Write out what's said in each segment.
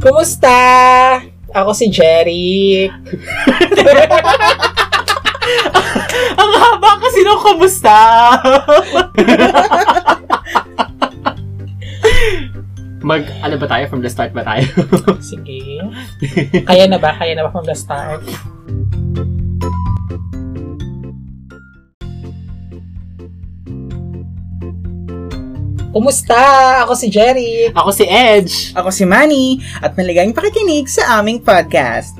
Kumusta? Ako si Jerry. Ang haba kasi nung kamusta. Mag, ano ba tayo? From the start ba tayo? Sige. Kaya na ba? Kaya na ba from the start? Kumusta? Ako si Jerry. Ako si Edge. Ako si Manny at maligayang pakikinig sa aming podcast.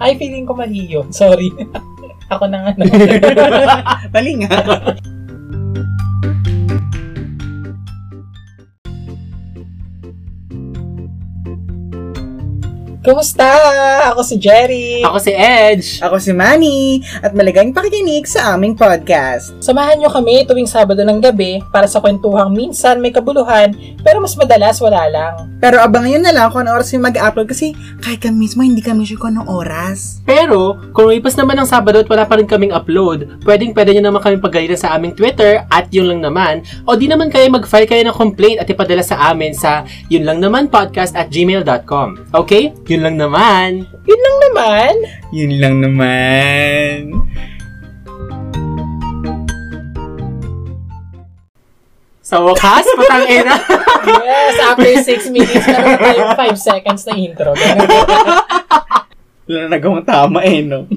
Ay, feeling ko mali yun. Sorry. Ako na nga. no? Mali nga. Kumusta? Ako si Jerry. Ako si Edge. Ako si Manny at maligayang pakikinig sa aming podcast. Samahan nyo kami tuwing Sabado ng gabi para sa kwentuhang minsan may kabuluhan pero mas madalas wala lang. Pero abangan nyo na lang kung ano oras yung mag-upload kasi kahit kami mismo hindi kami sure kung anong oras. Pero, kung lumipas naman ng Sabado at wala pa rin kaming upload, pwedeng pwede nyo naman kami pagalitan sa aming Twitter at yun lang naman. O di naman kayo mag-file kayo ng complaint at ipadala sa amin sa yun lang naman podcast at gmail.com. Okay? Yun lang naman. Yun lang naman. Yun lang naman. Sa wakas, patang ina. Yes, after 6 minutes, meron tayo 5 seconds na intro. Ganun. Wala na nagawang tama eh, no?